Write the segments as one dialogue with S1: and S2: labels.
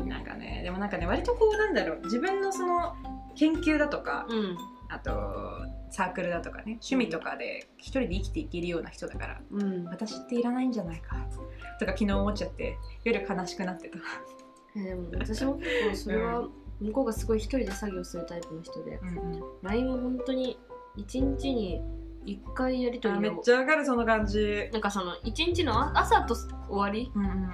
S1: なんかね割とこうなんだろう自分のその研究だとか
S2: うん
S1: あとサークルだとかね趣味とかで一人で生きていけるような人だから
S2: うん
S1: 私っていらないんじゃないかとか昨日思っちゃって夜悲しくなってた、
S2: えーでも私も結構それは向こうがすごい一人で作業するタイプの人で LINE も本当に一日に一回やり取
S1: あ
S2: り
S1: めっ
S2: を
S1: ちゃわかるその感じ
S2: なんかその一日のあ朝と終わり
S1: うんうん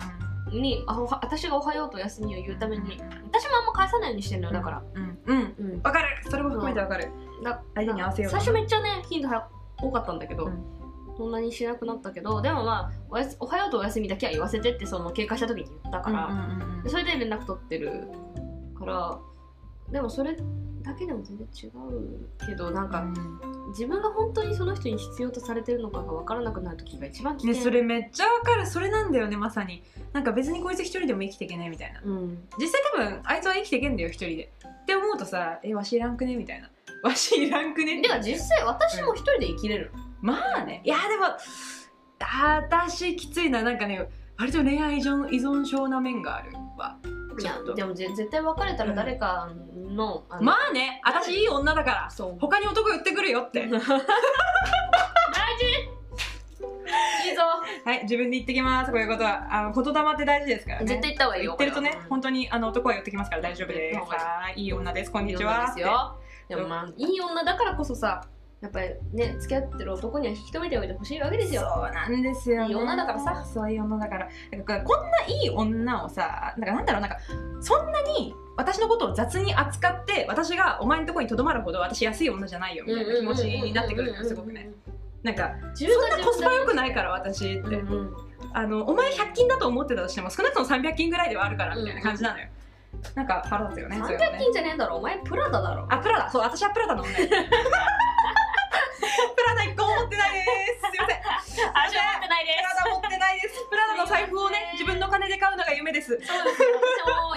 S2: にあおは私が「おはよう」と「お休み」を言うために
S1: う
S2: 私もあんま返さないようにしてるのよだから、
S1: んうん
S2: うん、
S1: わかるそれも含めてわかる
S2: だ
S1: 相手に合わせよう
S2: 最初めっちゃね頻度は多かったんだけど、
S1: うん
S2: そんなにしなくなったけどでもまあおやす「おはよう」と「お休み」だけは言わせてってその経過した時に言ったから、
S1: うんうんうんうん
S2: でそれで連絡取ってるからでもそれだけでも全然違うけどなんか自分が本当にその人に必要とされてるのかが分からなくなる時が一番危険、
S1: ね、それめっちゃわかるそれなんだよねまさになんか別にこいつ一人でも生きていけないみたいな
S2: うん
S1: 実際多分あいつは生きていけんだよ一人でって思うとさ「えわしいらんくね?」みたいな「わしいらんくね?」
S2: では実際私も一人で生きれるの、
S1: まあねいやでもあ私きついななんかね割と恋愛依存依存症な面があるわ
S2: い
S1: ちょ
S2: や
S1: っと
S2: でもぜ絶対別れたら誰かの,、あの
S1: まあね私いい女だから
S2: そう
S1: 他に男言ってくるよ って
S2: 大事いいぞ
S1: はい自分で言ってきますこういうことはあの言霊って大事ですからね
S2: 絶対行った方がいいよ
S1: 言ってるとね
S2: こ
S1: 本当にあの男は寄ってきますから大丈夫です
S2: うん
S1: はいいい女ですこん
S2: れ
S1: にち
S2: はいい女
S1: は
S2: ですよでもまあいい女だからこそさやっぱりね付き合ってる男には引き止めておいてほしいわけですよ
S1: そうなんですよ、ね、
S2: いい女だからさ
S1: そういう女だからなんかこんないい女をさなんかなんだろうなんかそんなに私のことを雑に扱って私がお前のところにとどまるほど私安い女じゃないよみたいな気持ちになってくるのよすごくねなんか
S2: 自
S1: そ
S2: 分
S1: ん
S2: が
S1: なコスパ良くないから私って、
S2: うんうん
S1: あのお前100均だと思ってたとしても少なくとも300均ぐらいではあるからみたいな感じなのよ、なんか腹立つよねそういうの
S2: 300
S1: ね
S2: 均じゃねえだろお前プラダだろ
S1: あプラダそう私はプラダの 女プラダ1個も持ってないですすいません
S2: 味わってないで
S1: プラダ持ってないです。プラダの財布をね、自分の金で買うのが夢です。
S2: すそうですも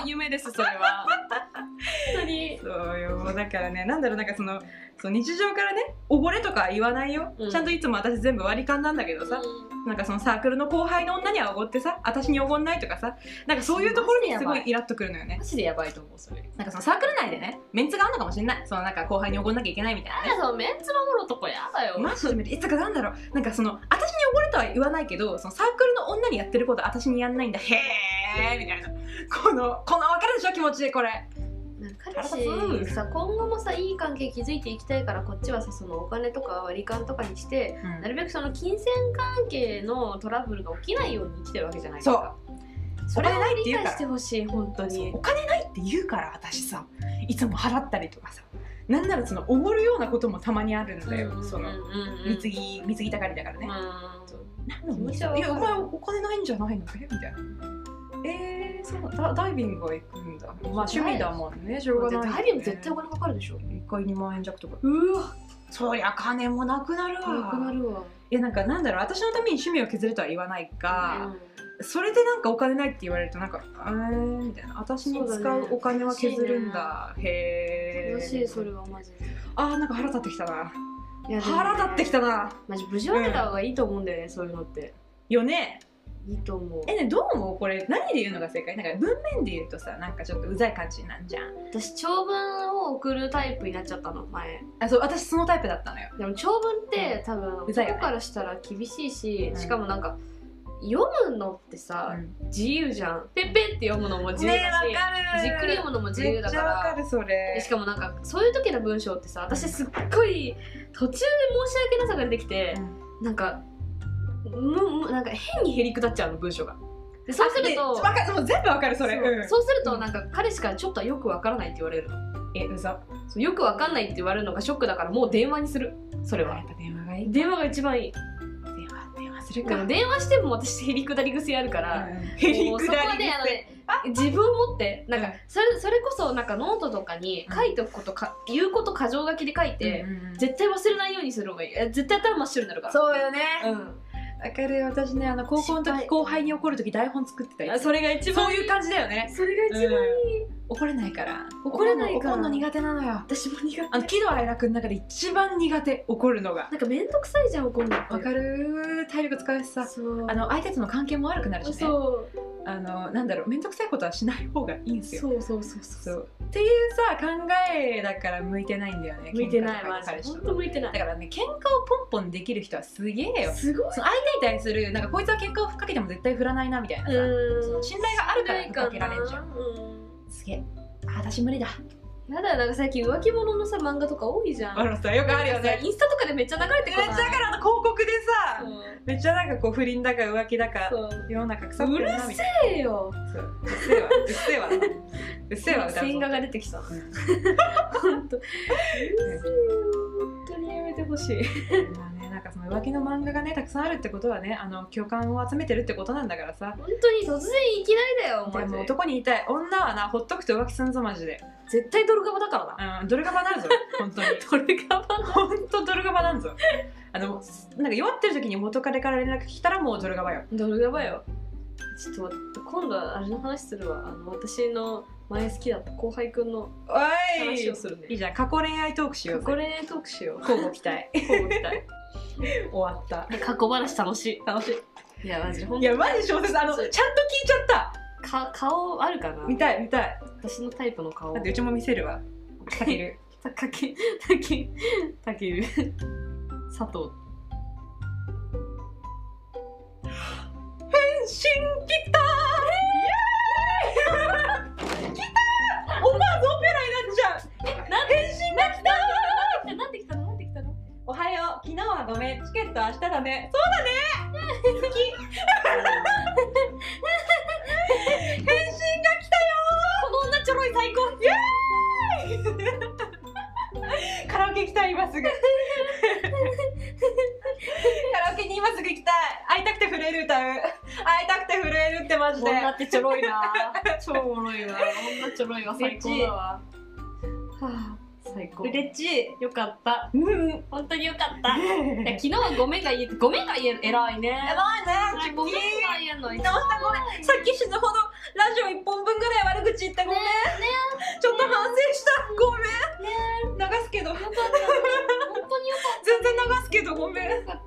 S2: う夢ですそれは本当に
S1: そうよ、だからね、なんだろう、なんかその、そう日常からね、おごれとか言わないよ。
S2: うん
S1: ちゃんといつも私全部割り勘なんだけどさ、
S2: う
S1: なんかそのサークルの後輩の女にはおごってさ、私におごんないとかさ、なんかそういうところにすごいイラっとくるのよ
S2: ん
S1: ね
S2: マ。ジでやばいと思うそれ
S1: なんかそのサークル内でね、メンツがあるのかもしれない。そのなんか後輩におごんなきゃいけないみたいな
S2: あ
S1: ね。
S2: やそのメンツ守るとこやだよ
S1: マジで無理いつかなんだろうなんかその私におごれとは言わないけどそのサークルの女にやってること私にやんないんだへえみたいなこのこの分かるでしょ気持ちこれ
S2: なんか
S1: 腹
S2: 彼
S1: 立
S2: 氏さ今後もさいい関係築いていきたいからこっちはさそのお金とか割り勘とかにしてなるべくその金銭関係のトラブルが起きないように生きてるわけじゃないですかそれを
S1: お金ないって言
S2: 理
S1: う
S2: 解
S1: から
S2: してほしい本当
S1: そう
S2: に
S1: お金ないって言うから私さいつも払ったりとかさなんならそのおごるようなこともたまにあるんだよ、その貢
S2: ぎ
S1: ぎ貢ぎたがりだからね、なのに
S2: 気持ち
S1: さ
S2: はいわか
S1: やお
S2: る
S1: 前お金ないんじゃないのえみたいなえー、そうダダイビングは行くんだまあ趣味だもんねしょうがないよね
S2: ダイビング絶対お金かかるでしょ
S1: 一回2万円弱とか
S2: うわ
S1: そりゃ金もなくなるわ
S2: なくなるわ
S1: いやなんかなんだろう私のために趣味を削るとは言わないが、それでなんかお金ないって言われるとなんか「えー」みたいな私に
S2: そう
S1: 使
S2: だね
S1: うお金は削るんだへえ
S2: 楽しいそれはマジで
S1: あーなんか腹立ってきたない
S2: やでもね
S1: 腹立ってきたな
S2: マジ無事分けた方がいいと思うんだよねそういうのって
S1: よね
S2: いいと思う
S1: えねどう思うこれ何で言うのが正解なんか文面で言うとさなんかちょっとうざい感じになんじゃん
S2: 私長文を送るタイプになっちゃったの前
S1: あそう私そのタイプだったのよ
S2: でも長文って多分
S1: うざいよね
S2: 男からしたら厳しいし、
S1: うん
S2: しかもなんか読むのってさ、
S1: うん
S2: 自由じゃんペッペって読むのも自由
S1: ねえわ
S2: だし、
S1: かる
S2: じっくり読むのも自由だか
S1: めっちゃわからるそれ
S2: でしかもなんかそういう時の文章ってさ私すっごい途中で申し訳なさが出てきて、なんかもうなんか変にへりくだっちゃうの文章がでそうすると
S1: わかるもう全部わかるそれ
S2: そう
S1: うん
S2: そうするとなんか彼氏からちょっとはよくわからないって言われるの
S1: えうざ
S2: そうよくわかんないって言われるのがショックだからもう電話にするそれ
S1: あや
S2: は
S1: っぱ電話がいい
S2: 電話が一番いい
S1: 電話電話する
S2: でも電話しても私へりくだり癖あるから、
S1: へり
S2: もう
S1: く
S2: そこ
S1: だ
S2: は
S1: り
S2: ねあのね自分を持ってなんかそれそれこそなんかノートとかに書いておくことか、言うこと箇条書きで書いて、絶対忘れないようにする方がいいえ絶対頭真っ白になるから
S1: そうよね
S2: う、
S1: わかる私ねあの高校の
S2: 失
S1: 時
S2: 敗
S1: 後輩に怒る時台本作ってた
S2: ん、
S1: よ
S2: あそれが一番
S1: そういう感じだよね
S2: それが一番いい、
S1: 怒れないから
S2: 怒れないか
S1: 怒
S2: ら
S1: るの怒るの苦手なのよ
S2: 私も苦手
S1: あの喜怒哀楽の中で一番苦手怒るのが
S2: なんか面倒くさいじゃん怒るの
S1: わかる体力使うしさ
S2: そう
S1: あの相手との関係も悪くなるしね
S2: そう
S1: あのなんだろう面倒くさいことはしない方がいいんですよ
S2: そうそうそう
S1: そ
S2: そう
S1: うっていうさ考えだから向いてないんだよね
S2: 向いてな
S1: 喧嘩
S2: い
S1: とか
S2: マ
S1: 彼
S2: ジ
S1: 氏と
S2: 本
S1: か
S2: 当向いてな
S1: だ
S2: い
S1: からね喧嘩をポンポンできる人はすげえよ
S2: すごい
S1: その相手に対するなんかこいつは喧嘩をふっかけても絶対振らないなみたいなさ、その信頼があるからかけられんじゃん
S2: うん
S1: すげえあ私無理だ
S2: やだよなんか最近浮気者のさ漫画とか多いじゃん
S1: あのさよくあるよ
S2: なんか
S1: ね
S2: さインスタとかでめっちゃ流れて
S1: めっ
S2: く
S1: ちゃ
S2: る
S1: だからあの広告でさ
S2: そう
S1: めっちゃなんかこう不倫だか浮気だか
S2: そう
S1: 世の中腐ってるなみたいな
S2: せえよ
S1: そううっせえわうっせえ わうっせえわ歌うぞ
S2: 線画が出てきた
S1: うん
S2: 本当うるせえよ本当にやめてほしい
S1: まあねなんかその浮気の漫画がねたくさんあるってことはねあの共感を集めてるってことなんだからさ
S2: 本当に突然いきなりだよ
S1: で
S2: マジ
S1: も男に言いたい女はなほっとくと浮気すんぞマジで
S2: 絶対ドルガバだからな
S1: うんドルガバ なんぞ本当に
S2: ドルガバ
S1: 本当ドルガバなんぞあのなんか弱ってる時に元彼から連絡来たらもうドルガバよ
S2: ドルガバよちょっと待って今度はあれの話するわあの私の前好きだった後輩くんの
S1: おい
S2: 話をするね
S1: いいじゃん過去恋愛トークしよう
S2: これトークしよう
S1: 交互期待
S2: 交互期待
S1: 終わった
S2: 過去話楽しい楽しいいやマジほん
S1: いやマジ小説あのちゃんと聞いちゃった
S2: か顔あるかな
S1: 見たい見たい
S2: 私のタイプの顔
S1: だってうちも見せるわかける
S2: たかけたけたける佐藤
S1: 変身きたイエーイ来た思わずオペラになっちゃう変身が来た
S2: なんで来たのなんで来たの
S1: おはよう昨日はごめんチケット明日だねそうだね好き変身が来たよこの女ちょろい最高イエーイカラオケ行きたい今すぐカラオケに今すぐ行きたい会いたくて震える歌う会いたくて震えるってマジで
S2: 女ってちょろいな超おもろいわ女ちょろいわ最高だわはあ最高
S1: 嬉しい
S2: よかった
S1: うん
S2: 本当によかったいや昨日はごめんが言えてごめんが言える偉いね
S1: やばいね
S2: ご
S1: 君
S2: めんが言えるの
S1: どうしたごめんさっき死ぬほどラジオ1本分ぐらい悪口言ったごめん、
S2: ね
S1: ちょっと反省したごめん、流すけど
S2: よかった。本当によかっ
S1: 全然流すけどごめん
S2: た。よかっ